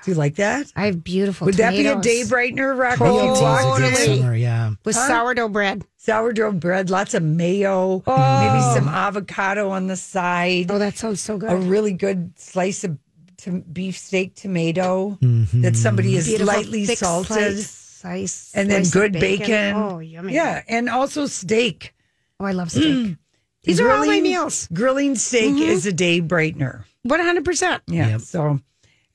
Speaker 2: Do you like that?
Speaker 3: I have beautiful
Speaker 2: Would that be a
Speaker 3: tomatoes.
Speaker 2: day brightener,
Speaker 1: Bacon
Speaker 2: Rocco?
Speaker 1: teas is a good
Speaker 3: Totally.
Speaker 1: summer, yeah.
Speaker 3: with
Speaker 2: Huh?
Speaker 3: sourdough bread.
Speaker 2: sourdough bread, lots of mayo, maybe some avocado on the side,
Speaker 3: Oh, that sounds so good.
Speaker 2: a really good slice of to- beef steak tomato that somebody is
Speaker 3: Beautiful
Speaker 2: lightly
Speaker 3: thick
Speaker 2: salted,
Speaker 3: slice- slice-
Speaker 2: and then
Speaker 3: slice of
Speaker 2: good bacon.
Speaker 3: Oh, yummy.
Speaker 2: Yeah, Mm. and also steak.
Speaker 3: Oh, I love steak. These are all my
Speaker 2: Grilling-
Speaker 3: meals. Mm-hmm.
Speaker 2: Grilling steak is a day brightener.
Speaker 3: 100%.
Speaker 2: Yeah. So,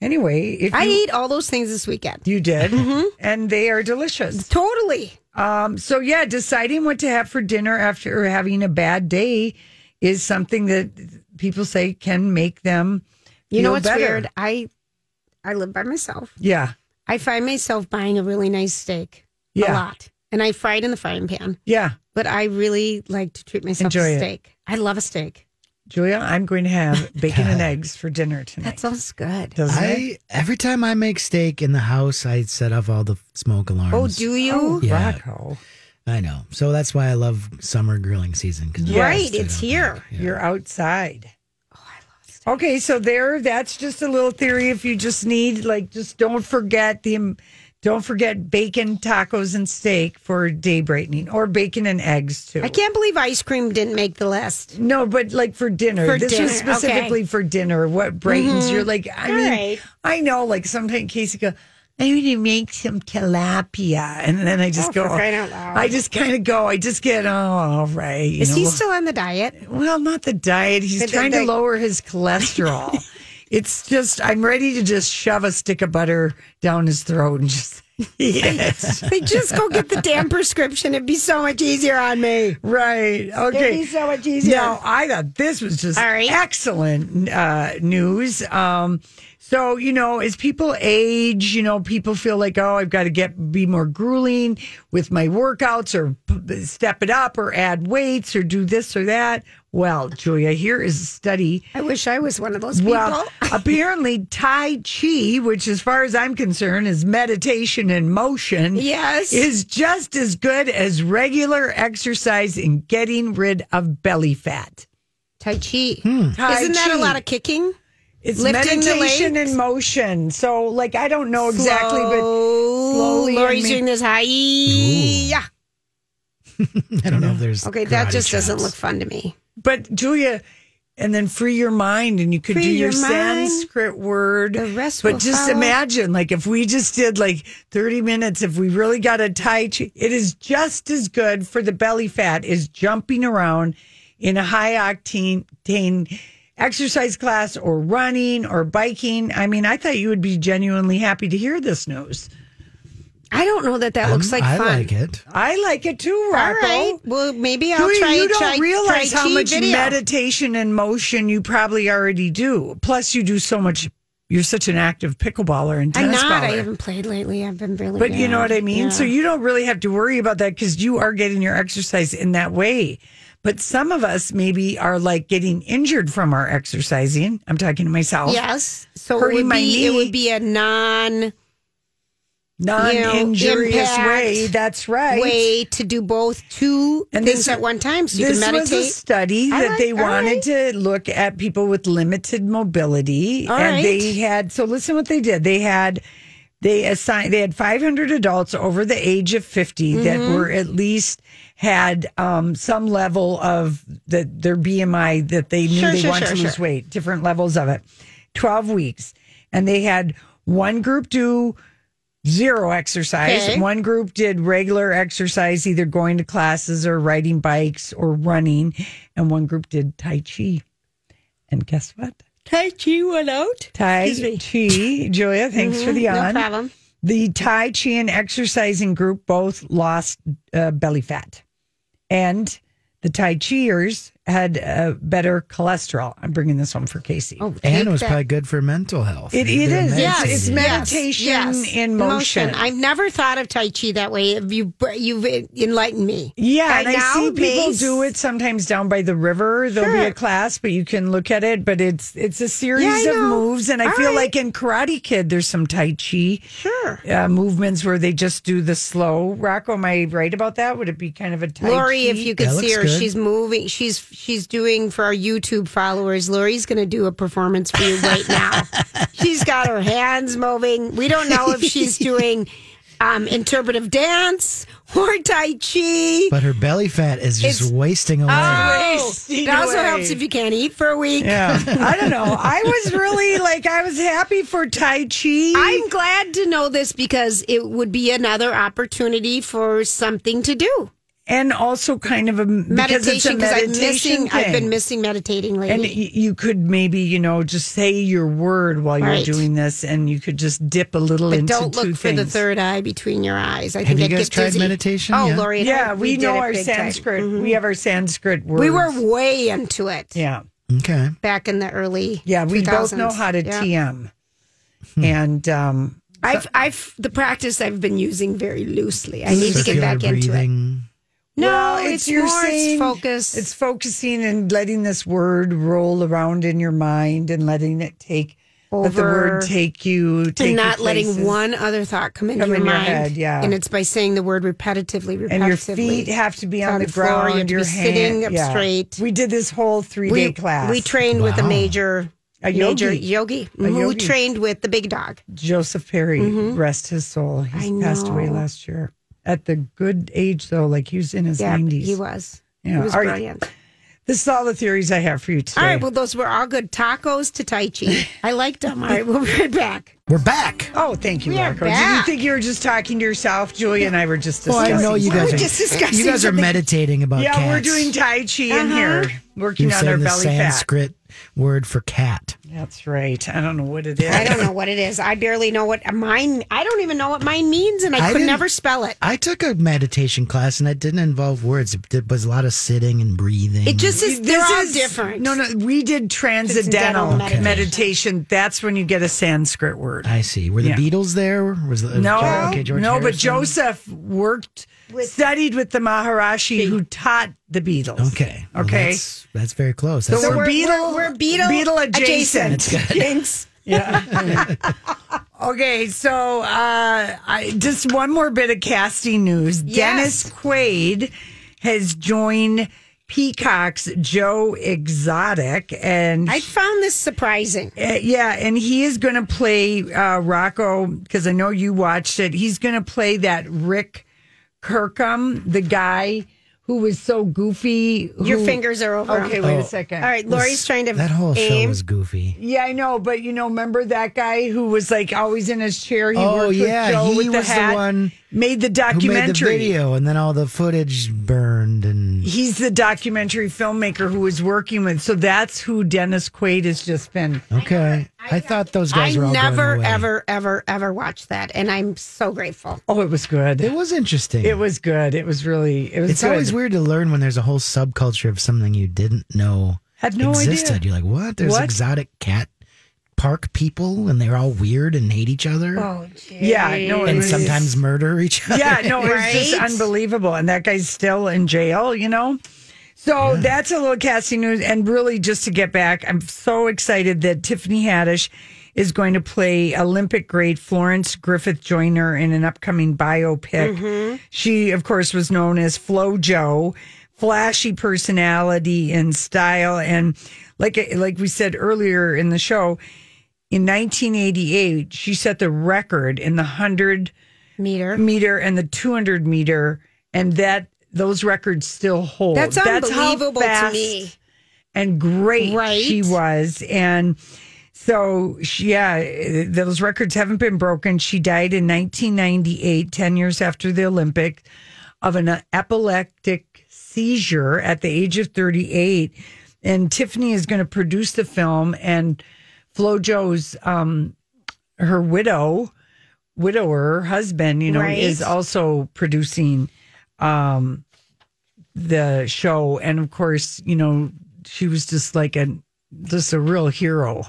Speaker 2: anyway, if
Speaker 3: I Mm-hmm.
Speaker 2: you,
Speaker 3: ate all those things this weekend.
Speaker 2: you did, and they are delicious.
Speaker 3: Totally.
Speaker 2: Um, so yeah, deciding what to have for dinner after having a bad day is something that people say can make them.
Speaker 3: You know
Speaker 2: feel
Speaker 3: what's
Speaker 2: better.
Speaker 3: weird? I I live by myself.
Speaker 2: Yeah,
Speaker 3: I find myself buying a really nice steak
Speaker 2: Yeah.
Speaker 3: a lot. And I fry it in the frying pan.
Speaker 2: yeah,
Speaker 3: But I really like to treat myself
Speaker 2: Enjoy
Speaker 3: to
Speaker 2: it.
Speaker 3: steak. I love a steak.
Speaker 2: Julia, I'm going to [LAUGHS] have bacon and eggs for dinner
Speaker 3: That
Speaker 2: tonight.
Speaker 3: sounds good.
Speaker 2: Doesn't it?
Speaker 1: I every time I make steak in the house, I set off all the smoke alarms.
Speaker 3: Oh, do you?
Speaker 1: Yeah.
Speaker 2: Rocco,
Speaker 1: I know. So that's why I love summer grilling season. 'cause
Speaker 2: Yes.
Speaker 3: right, it's here.
Speaker 2: you're outside.
Speaker 3: Oh,
Speaker 2: Okay, so there. That's just a little theory. If you just need, like, just don't forget the, um, don't forget bacon, tacos, and steak for day brightening, or bacon and eggs too.
Speaker 3: I can't believe ice cream didn't make the list.
Speaker 2: No, but like for dinner.
Speaker 3: For
Speaker 2: this
Speaker 3: dinner,
Speaker 2: was specifically
Speaker 3: okay. Mm-hmm.
Speaker 2: for dinner. What brightens you're like, I
Speaker 3: All
Speaker 2: mean,
Speaker 3: right.
Speaker 2: I know, like sometimes Casey go, I need to make some tilapia. And then I just
Speaker 3: Oh,
Speaker 2: go,
Speaker 3: for crying out loud.
Speaker 2: I just kind of go, I just get, oh, all right. you
Speaker 3: Is he
Speaker 2: know.
Speaker 3: still on the diet?
Speaker 2: well, not the diet. He's
Speaker 3: The- the-
Speaker 2: trying
Speaker 3: the-
Speaker 2: to lower his
Speaker 3: [LAUGHS]
Speaker 2: cholesterol. it's just, [LAUGHS] I'm ready to just shove a stick of butter down his throat and just Yes.
Speaker 3: they just go get the damn prescription. It'd be so much easier on me.
Speaker 2: Right. Okay.
Speaker 3: It'd be so much easier.
Speaker 2: No, I thought this was just excellent uh, news. Um, so you know, as people age, you know, people feel like, oh, I've got to get be more grueling with my workouts, or p- step it up, or add weights, or do this or that. Well, Julia, here is a study.
Speaker 3: I wish I was one of those people. [LAUGHS]
Speaker 2: Well, apparently, Tai Chi, which, as far as I'm concerned, is meditation in motion,
Speaker 3: Yes.
Speaker 2: is just as good as regular exercise in getting rid of belly fat. Hmm.
Speaker 3: Tai Chi.
Speaker 2: Tai
Speaker 3: [LAUGHS] Isn't that
Speaker 2: Chi.
Speaker 3: a lot of kicking?
Speaker 2: It's
Speaker 3: Lifting the
Speaker 2: meditation
Speaker 3: legs?
Speaker 2: in motion. So, like, I don't know exactly, but
Speaker 3: Slow.
Speaker 2: slowly. I
Speaker 3: Lori's
Speaker 2: mean-
Speaker 3: doing this. Hi. Yeah.
Speaker 1: I don't know if there's.
Speaker 3: Okay, that
Speaker 1: karate
Speaker 3: just doesn't
Speaker 1: chops.
Speaker 3: look fun to me.
Speaker 2: But Julia, and then free your mind, and you could
Speaker 3: Free
Speaker 2: do your,
Speaker 3: your mind.
Speaker 2: Sanskrit word.
Speaker 3: The rest
Speaker 2: But
Speaker 3: will
Speaker 2: just
Speaker 3: follow.
Speaker 2: imagine, like if we just did like thirty minutes, if we really got a Tai Chi, it is just as good for the belly fat as jumping around in a high octane octane exercise class or running or biking. I mean, I thought you would be genuinely happy to hear this news.
Speaker 3: I don't know that that looks
Speaker 1: Um,
Speaker 3: like
Speaker 1: I
Speaker 3: fun.
Speaker 1: like it.
Speaker 2: I like it too, Rocco.
Speaker 3: All right. Well, maybe I'll
Speaker 2: Julia,
Speaker 3: try.
Speaker 2: you don't
Speaker 3: try,
Speaker 2: realize
Speaker 3: try
Speaker 2: how
Speaker 3: Chi
Speaker 2: much
Speaker 3: video.
Speaker 2: meditation and motion you probably already do. Plus, you do so much. You're such an active pickleballer and
Speaker 3: I'm
Speaker 2: tennis
Speaker 3: not. I
Speaker 2: baller.
Speaker 3: haven't played lately. I've been really.
Speaker 2: but you know
Speaker 3: bad.
Speaker 2: what I mean.
Speaker 3: Yeah.
Speaker 2: So you don't really have to worry about that because you are getting your exercise in that way. But some of us maybe are like getting injured from our exercising. I'm talking to myself.
Speaker 3: Yes. So it
Speaker 2: Hurting
Speaker 3: would,
Speaker 2: my
Speaker 3: be, it
Speaker 2: knee.
Speaker 3: would be a non
Speaker 2: non-injurious
Speaker 3: impact
Speaker 2: way. That's right.
Speaker 3: way to do both two
Speaker 2: And
Speaker 3: things
Speaker 2: this-
Speaker 3: at one time. So you can
Speaker 2: this
Speaker 3: meditate.
Speaker 2: was a study
Speaker 3: I
Speaker 2: that
Speaker 3: like-
Speaker 2: they
Speaker 3: all
Speaker 2: wanted
Speaker 3: right.
Speaker 2: to look at people with limited mobility,
Speaker 3: All
Speaker 2: and
Speaker 3: right.
Speaker 2: they had. So listen, what they did. They had they assigned they had 500 adults over the age of 50 that
Speaker 3: Mm-hmm.
Speaker 2: were at least had um, some level of the, their BMI that they knew
Speaker 3: Sure,
Speaker 2: they
Speaker 3: sure,
Speaker 2: wanted
Speaker 3: sure,
Speaker 2: to lose
Speaker 3: sure.
Speaker 2: weight. Different levels of it. 12 weeks, and they had one group do zero exercise.
Speaker 3: Okay.
Speaker 2: One group did regular exercise, either going to classes or riding bikes or running, and one group did Tai Chi. And guess what?
Speaker 3: Tai Chi went out.
Speaker 2: Tai
Speaker 3: Excuse
Speaker 2: Chi, Julia, thanks for the
Speaker 3: Mhm,
Speaker 2: on.
Speaker 3: Mm, No problem.
Speaker 2: The Tai Chi and exercising group both lost uh, belly fat, and the Tai Chiers had uh, better cholesterol. I'm bringing this home for Casey.
Speaker 3: Oh,
Speaker 1: And
Speaker 3: take
Speaker 1: it was
Speaker 3: that.
Speaker 1: probably good for mental health.
Speaker 2: It-
Speaker 1: Maybe
Speaker 2: it
Speaker 1: they're
Speaker 2: is.
Speaker 3: Yes,
Speaker 2: It's
Speaker 1: meditating.
Speaker 2: med- meditation in motion.
Speaker 3: I've never thought of Tai Chi that way. Have You you've enlightened me.
Speaker 2: Yeah,
Speaker 3: I
Speaker 2: and I
Speaker 3: now
Speaker 2: see people
Speaker 3: may-
Speaker 2: do it sometimes down by the river. There'll be
Speaker 3: Sure.
Speaker 2: a class, but you can look at it. But it's it's a series
Speaker 3: I
Speaker 2: of
Speaker 3: know.
Speaker 2: moves, and I
Speaker 3: All
Speaker 2: feel
Speaker 3: right.
Speaker 2: like in Karate Kid, there's some Tai Chi
Speaker 3: Sure.
Speaker 2: uh, movements where they just do the slow. Rocco, am I right about that? Would it be kind of a Tai
Speaker 3: Lori,
Speaker 2: Chi?
Speaker 3: if you could
Speaker 1: That
Speaker 3: see
Speaker 1: looks
Speaker 3: her,
Speaker 1: good.
Speaker 3: she's moving. She's she's doing for our YouTube followers. Lori's going to do a performance for you right now. she's got her hands moving. We don't know if she's doing um, interpretive dance or Tai Chi.
Speaker 1: But her belly fat is just
Speaker 3: It's-
Speaker 1: wasting away.
Speaker 3: Oh,
Speaker 2: Wasting
Speaker 3: it also
Speaker 2: away.
Speaker 3: helps if you can't eat for a week.
Speaker 2: yeah, I don't know. I was really like I was happy for Tai Chi.
Speaker 3: I'm glad to know this because it would be another opportunity for something to do.
Speaker 2: and also kind of a because it's a
Speaker 3: Meditation because I'm missing.
Speaker 2: meditation
Speaker 3: I've been
Speaker 2: thing.
Speaker 3: missing meditating lately.
Speaker 2: And y- you could maybe, you know, just say your word while you're
Speaker 3: Right.
Speaker 2: doing this, and you could just dip a little
Speaker 3: But
Speaker 2: into
Speaker 3: don't look
Speaker 2: two
Speaker 3: for
Speaker 2: things.
Speaker 3: the third eye between your eyes. I
Speaker 1: Have
Speaker 3: think
Speaker 1: you
Speaker 3: I'd
Speaker 1: guys
Speaker 3: get
Speaker 1: tried
Speaker 3: dizzy.
Speaker 1: meditation?
Speaker 3: Oh,
Speaker 1: Yeah.
Speaker 3: Lori, and
Speaker 2: Yeah,
Speaker 3: I,
Speaker 2: we,
Speaker 3: did
Speaker 2: know
Speaker 3: it
Speaker 2: our
Speaker 3: big time. Mm-hmm.
Speaker 2: Sanskrit. We have our Sanskrit words.
Speaker 3: We were way into it
Speaker 2: yeah,
Speaker 1: Okay.
Speaker 3: back in the early.
Speaker 2: yeah. We both know
Speaker 3: 2000s.
Speaker 2: how to
Speaker 3: Yeah. Hmm.
Speaker 2: TM, and um,
Speaker 3: I've, I've the practice I've been using very loosely. I need to get
Speaker 1: Circular
Speaker 3: back into it.
Speaker 1: breathing.
Speaker 3: No,
Speaker 2: Well,
Speaker 3: it's,
Speaker 2: you're
Speaker 3: your more
Speaker 2: saying-
Speaker 3: it's focus.
Speaker 2: It's focusing and letting this word roll around in your mind and letting it take let the
Speaker 3: Over.
Speaker 2: word take you, take you
Speaker 3: and not letting
Speaker 2: places.
Speaker 3: one other thought come into
Speaker 2: Come
Speaker 3: your,
Speaker 2: in your
Speaker 3: mind.
Speaker 2: head, yeah.
Speaker 3: and it's by saying the word repetitively, repetitively.
Speaker 2: and your feet have to be on, the, ground.
Speaker 3: Floor, you have to
Speaker 2: your
Speaker 3: be sitting up
Speaker 2: hand- yeah.
Speaker 3: straight.
Speaker 2: We did this whole three day class.
Speaker 3: we trained with a
Speaker 1: Wow.
Speaker 3: major
Speaker 2: A
Speaker 3: major
Speaker 2: yogi.
Speaker 3: yogi,
Speaker 2: A
Speaker 3: who
Speaker 2: yogi.
Speaker 3: trained with the big dog.
Speaker 2: Joseph Perry, rest his soul. He
Speaker 3: Mm-hmm. I
Speaker 2: passed away
Speaker 3: know.
Speaker 2: last year at the good age, though. Like he was in his
Speaker 3: Yeah,
Speaker 2: nineties.
Speaker 3: he was.
Speaker 2: Yeah.
Speaker 3: He was
Speaker 2: All right.
Speaker 3: brilliant.
Speaker 2: This is all the theories I have for you today.
Speaker 3: All right, well, those were all good tacos to
Speaker 2: [LAUGHS]
Speaker 3: Tai Chi. I liked them. All right, we'll be right back.
Speaker 1: We're back.
Speaker 2: oh, thank you,
Speaker 3: We are
Speaker 2: Marco. Did you
Speaker 3: back.
Speaker 2: think you were just talking to yourself? Julia and I were just
Speaker 1: Well,
Speaker 2: discussing.
Speaker 1: Oh, I know you
Speaker 2: something.
Speaker 1: guys are,
Speaker 3: just discussing
Speaker 1: you guys are
Speaker 3: something.
Speaker 1: meditating about
Speaker 2: Yeah,
Speaker 1: cats.
Speaker 2: we're doing Tai Chi in
Speaker 3: Uh-huh.
Speaker 2: here, working
Speaker 1: You're
Speaker 2: on
Speaker 1: saying
Speaker 2: our
Speaker 1: the
Speaker 2: belly fat.
Speaker 1: Sanskrit word for cat.
Speaker 2: That's right. I don't know what it is.
Speaker 3: I don't know what it is. I barely know what mine. I don't even know what mine means, and I, could
Speaker 1: didn't-
Speaker 3: never spell it.
Speaker 1: I took a meditation class and it didn't involve words. It was a lot of sitting and breathing.
Speaker 3: It just is. They're
Speaker 2: This
Speaker 3: all
Speaker 2: is-
Speaker 3: different.
Speaker 2: No, no. We did transcendental,
Speaker 3: Transcendental
Speaker 2: meditation.
Speaker 3: meditation.
Speaker 2: That's when you get a Sanskrit word.
Speaker 1: I see. Were the
Speaker 2: Yeah.
Speaker 1: Beatles there? Was the,
Speaker 2: No,
Speaker 1: okay, George
Speaker 2: no, but
Speaker 1: Harrison?
Speaker 2: Joseph worked, studied with the Maharishi who taught the Beatles.
Speaker 1: Okay. Well,
Speaker 2: Okay.
Speaker 1: That's, that's very close.
Speaker 2: So
Speaker 1: That's
Speaker 2: we're Beetle,
Speaker 3: we're Beetle
Speaker 2: adjacent.
Speaker 3: adjacent.
Speaker 1: That's
Speaker 3: Jinx.
Speaker 2: [LAUGHS] Yeah. [LAUGHS] okay, so uh, I, just one more bit of casting news.
Speaker 3: Yes.
Speaker 2: Dennis Quaid has joined Peacock's Joe Exotic, and
Speaker 3: I found this surprising.
Speaker 2: uh, yeah, and he is going to play uh, Rocco because I know you watched it. He's going to play that Rick Kirkham, the guy who was so goofy. Who,
Speaker 3: Your fingers are over.
Speaker 2: Okay, wait
Speaker 1: Oh.
Speaker 2: a second.
Speaker 3: All right, Lori's trying to
Speaker 1: that whole show
Speaker 3: aim.
Speaker 1: was goofy.
Speaker 2: Yeah, I know, but you know, remember that guy who was like always in his chair? He
Speaker 1: Oh,
Speaker 2: worked
Speaker 1: yeah,
Speaker 2: with Joe
Speaker 1: he
Speaker 2: with the
Speaker 1: was the
Speaker 2: hat,
Speaker 1: one
Speaker 2: made the
Speaker 1: Who
Speaker 2: documentary.
Speaker 1: made the video and then all the footage burned and
Speaker 2: He's the documentary filmmaker who was working with. So that's who Dennis Quaid has just been.
Speaker 1: okay. I, thought those guys
Speaker 3: I
Speaker 1: were all
Speaker 3: never,
Speaker 1: going away.
Speaker 3: ever, ever, ever watched that, and I'm so grateful.
Speaker 2: Oh, it was good.
Speaker 1: It was interesting.
Speaker 2: It was good. It was really. It was.
Speaker 1: it's always
Speaker 2: good.
Speaker 1: weird to learn when there's a whole subculture of something you didn't know
Speaker 2: Had no idea.
Speaker 1: existed. You're like, what? There's
Speaker 2: What?
Speaker 1: exotic cat park people and they're all weird and hate each other
Speaker 3: Oh, geez.
Speaker 2: Yeah, no, it
Speaker 1: and
Speaker 2: was-
Speaker 1: sometimes murder each other.
Speaker 2: Yeah, no, it was just
Speaker 3: Right?
Speaker 2: unbelievable. And that guy's still in jail, you know? So that's a little casting news. And really, just to get back, I'm so excited that Tiffany Haddish is going to play Olympic great Florence Griffith Joyner in an upcoming biopic. She, of course, was known as Flojo, flashy personality and style. And like, like we said earlier in the show, in 1988, she set the record in the 100-
Speaker 3: Meter.
Speaker 2: meter and the 200 meter, and that those records still hold.
Speaker 3: That's
Speaker 2: how
Speaker 3: unbelievable to
Speaker 2: fast
Speaker 3: me.
Speaker 2: And great
Speaker 3: Right?
Speaker 2: she was, and so she, yeah, those records haven't been broken. She died in 1998, 10 years after the Olympic, of an epileptic seizure at the age of 38. And Tiffany is going to produce the film, and Flojo's um, her widow widower husband, you know,
Speaker 3: Right.
Speaker 2: is also producing um the show and of course, you know, she was just like a just a real hero.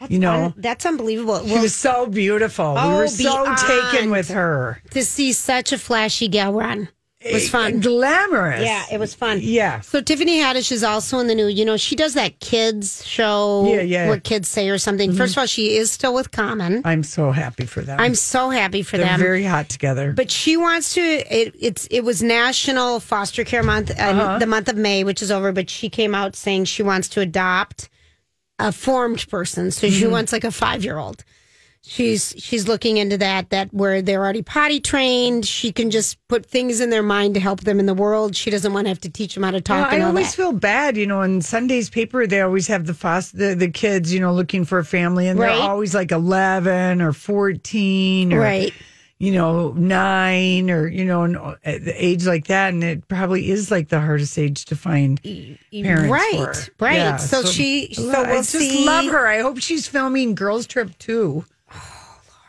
Speaker 3: That's
Speaker 2: you know.
Speaker 3: un- that's unbelievable.
Speaker 2: She
Speaker 3: Well,
Speaker 2: was so beautiful. we
Speaker 3: Oh,
Speaker 2: were so taken
Speaker 3: beyond.
Speaker 2: with her.
Speaker 3: to see such a flashy gal run was fun.
Speaker 2: Glamorous.
Speaker 3: Yeah, it was fun.
Speaker 2: Eh, Yeah.
Speaker 3: So Tiffany Haddish is also in the new. You know, she does that kids show
Speaker 2: Yeah, yeah. Mm-hmm.
Speaker 3: where kids say or something. First of all, she is still with Common.
Speaker 2: I'm so happy for them.
Speaker 3: I'm so happy for
Speaker 2: They're
Speaker 3: them.
Speaker 2: very hot together.
Speaker 3: but she wants to. It, it's it was National Foster Care Month, uh,
Speaker 2: Uh-huh.
Speaker 3: the month of May, which is over. But she came out saying she wants to adopt a formed person, so
Speaker 2: Mm-hmm.
Speaker 3: she wants like a five year old. She's she's looking into that that where they're already potty trained. She can just put things in their mind to help them in the world. She doesn't want to have to teach them how to
Speaker 2: Yeah,
Speaker 3: talk.
Speaker 2: I
Speaker 3: and all
Speaker 2: always
Speaker 3: that.
Speaker 2: feel bad, you know. In Sunday's paper, they always have the fos- the, the kids, you know, looking for a family, and
Speaker 3: Right.
Speaker 2: they're always like eleven or fourteen, or
Speaker 3: Right.
Speaker 2: you know, nine, or you know, an, at the age like that. And it probably is like the hardest age to find parents.
Speaker 3: right,
Speaker 2: for.
Speaker 3: right.
Speaker 2: Yeah,
Speaker 3: so, she, so
Speaker 2: I
Speaker 3: we'll
Speaker 2: just
Speaker 3: see.
Speaker 2: love her. I hope she's filming Girls Trip too. Oh, Lori,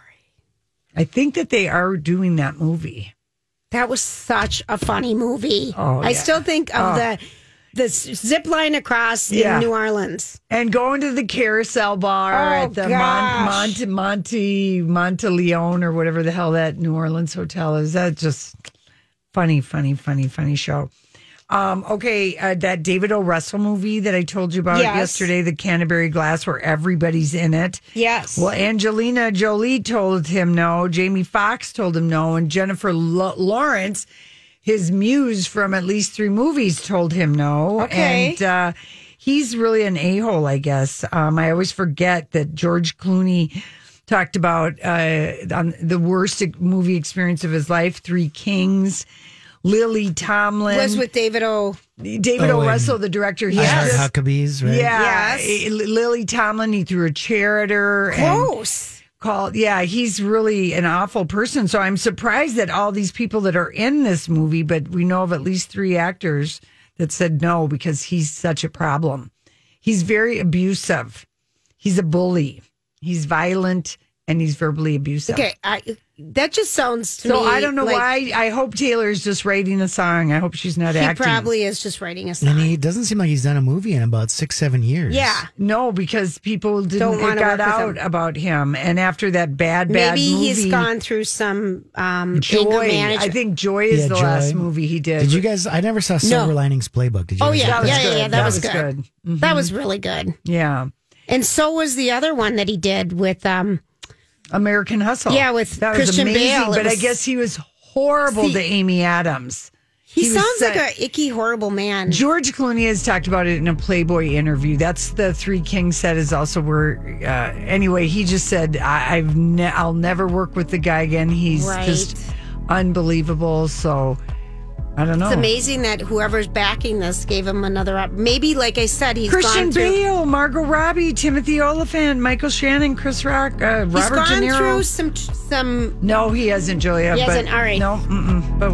Speaker 2: I think that they are doing that movie.
Speaker 3: That was such a funny movie.
Speaker 2: Oh,
Speaker 3: I
Speaker 2: yeah.
Speaker 3: still think of
Speaker 2: Oh.
Speaker 3: the the s- zip line across
Speaker 2: Yeah.
Speaker 3: in New Orleans.
Speaker 2: And going to the carousel bar
Speaker 3: Oh,
Speaker 2: at the Mon-
Speaker 3: gosh.
Speaker 2: Monte Monte Monteleone or whatever the hell that New Orleans hotel is. That just funny, funny, funny, funny show. Um, okay, uh, that David O. Russell movie that I told you about
Speaker 3: Yes.
Speaker 2: yesterday, the Canterbury Glass, where everybody's in it.
Speaker 3: Yes.
Speaker 2: Well, Angelina Jolie told him no. Jamie Foxx told him no, and Jennifer Lo- Lawrence, his muse from at least three movies, told him no.
Speaker 3: Okay.
Speaker 2: And uh, he's really an a hole, I guess. Um, I always forget that George Clooney talked about uh, on the worst e-, movie experience of his life, Three Kings. Lily Tomlin
Speaker 3: was with David O.
Speaker 2: David
Speaker 1: Oh,
Speaker 2: O.
Speaker 1: and
Speaker 2: Russell, the director.
Speaker 1: [LAUGHS]
Speaker 2: He
Speaker 1: I
Speaker 2: just-
Speaker 1: heard Huckabees, right?
Speaker 2: yeah,
Speaker 3: Yes.
Speaker 2: eh, Lily Tomlin. He threw a chair at her. and-
Speaker 3: Gross.
Speaker 2: called yeah he's really an awful person so i'm surprised that all these people that are in this movie but we know of at least three actors that said no because he's such a problem He's very abusive. He's a bully. He's violent and he's verbally abusive.
Speaker 3: Okay, I, that just sounds to
Speaker 2: so
Speaker 3: me
Speaker 2: I don't know
Speaker 3: like
Speaker 2: why. I hope Taylor is just writing a song. I hope she's not
Speaker 3: He
Speaker 2: acting.
Speaker 3: probably is just writing a
Speaker 1: And
Speaker 3: song.
Speaker 1: he doesn't seem like he's done a movie in about six, seven years.
Speaker 3: Yeah.
Speaker 2: No, because people didn't
Speaker 3: Don't
Speaker 2: it
Speaker 3: wanna
Speaker 2: got
Speaker 3: work with
Speaker 2: out
Speaker 3: him.
Speaker 2: about him, and after that bad, bad
Speaker 3: Maybe
Speaker 2: movie,
Speaker 3: he's gone through some um, anger
Speaker 2: Joy.
Speaker 3: management.
Speaker 2: I think Joy is
Speaker 1: Yeah,
Speaker 2: the
Speaker 1: Joy.
Speaker 2: last movie he did.
Speaker 1: Did you guys? I never saw Silver Linings Playbook. Did you?
Speaker 3: Oh
Speaker 1: guys
Speaker 3: yeah,
Speaker 1: see
Speaker 3: yeah,
Speaker 1: that?
Speaker 3: yeah, yeah. That, was,
Speaker 2: was Mm-hmm.
Speaker 3: good. That was really good.
Speaker 2: Yeah,
Speaker 3: And so was the other one that he did with um
Speaker 2: American Hustle.
Speaker 3: Yeah, with
Speaker 2: that
Speaker 3: Christian
Speaker 2: was amazing,
Speaker 3: Bale. It
Speaker 2: but I
Speaker 3: was-
Speaker 2: guess he was horrible
Speaker 3: See-
Speaker 2: to Amy Adams.
Speaker 3: He,
Speaker 2: was
Speaker 3: sounds like
Speaker 2: sa-
Speaker 3: a icky, horrible man.
Speaker 2: George Clooney has talked about it in a Playboy interview. That's the Three Kings said is also where. Uh, anyway, he just said, I, "I've ne- I'll never work with the guy again. He's
Speaker 3: Right.
Speaker 2: just unbelievable." So I don't know.
Speaker 3: It's amazing that whoever's backing this gave him another up. Maybe, like I said, he's
Speaker 2: Christian
Speaker 3: gone through.
Speaker 2: Bale, Margot Robbie, Timothy Oliphant, Michael Shannon, Chris Rock, uh, Robert
Speaker 3: he's gone
Speaker 2: De Niro.
Speaker 3: through some some
Speaker 2: no, he hasn't, Julia.
Speaker 3: He
Speaker 2: but
Speaker 3: hasn't? All right.
Speaker 2: No, mm-mm, but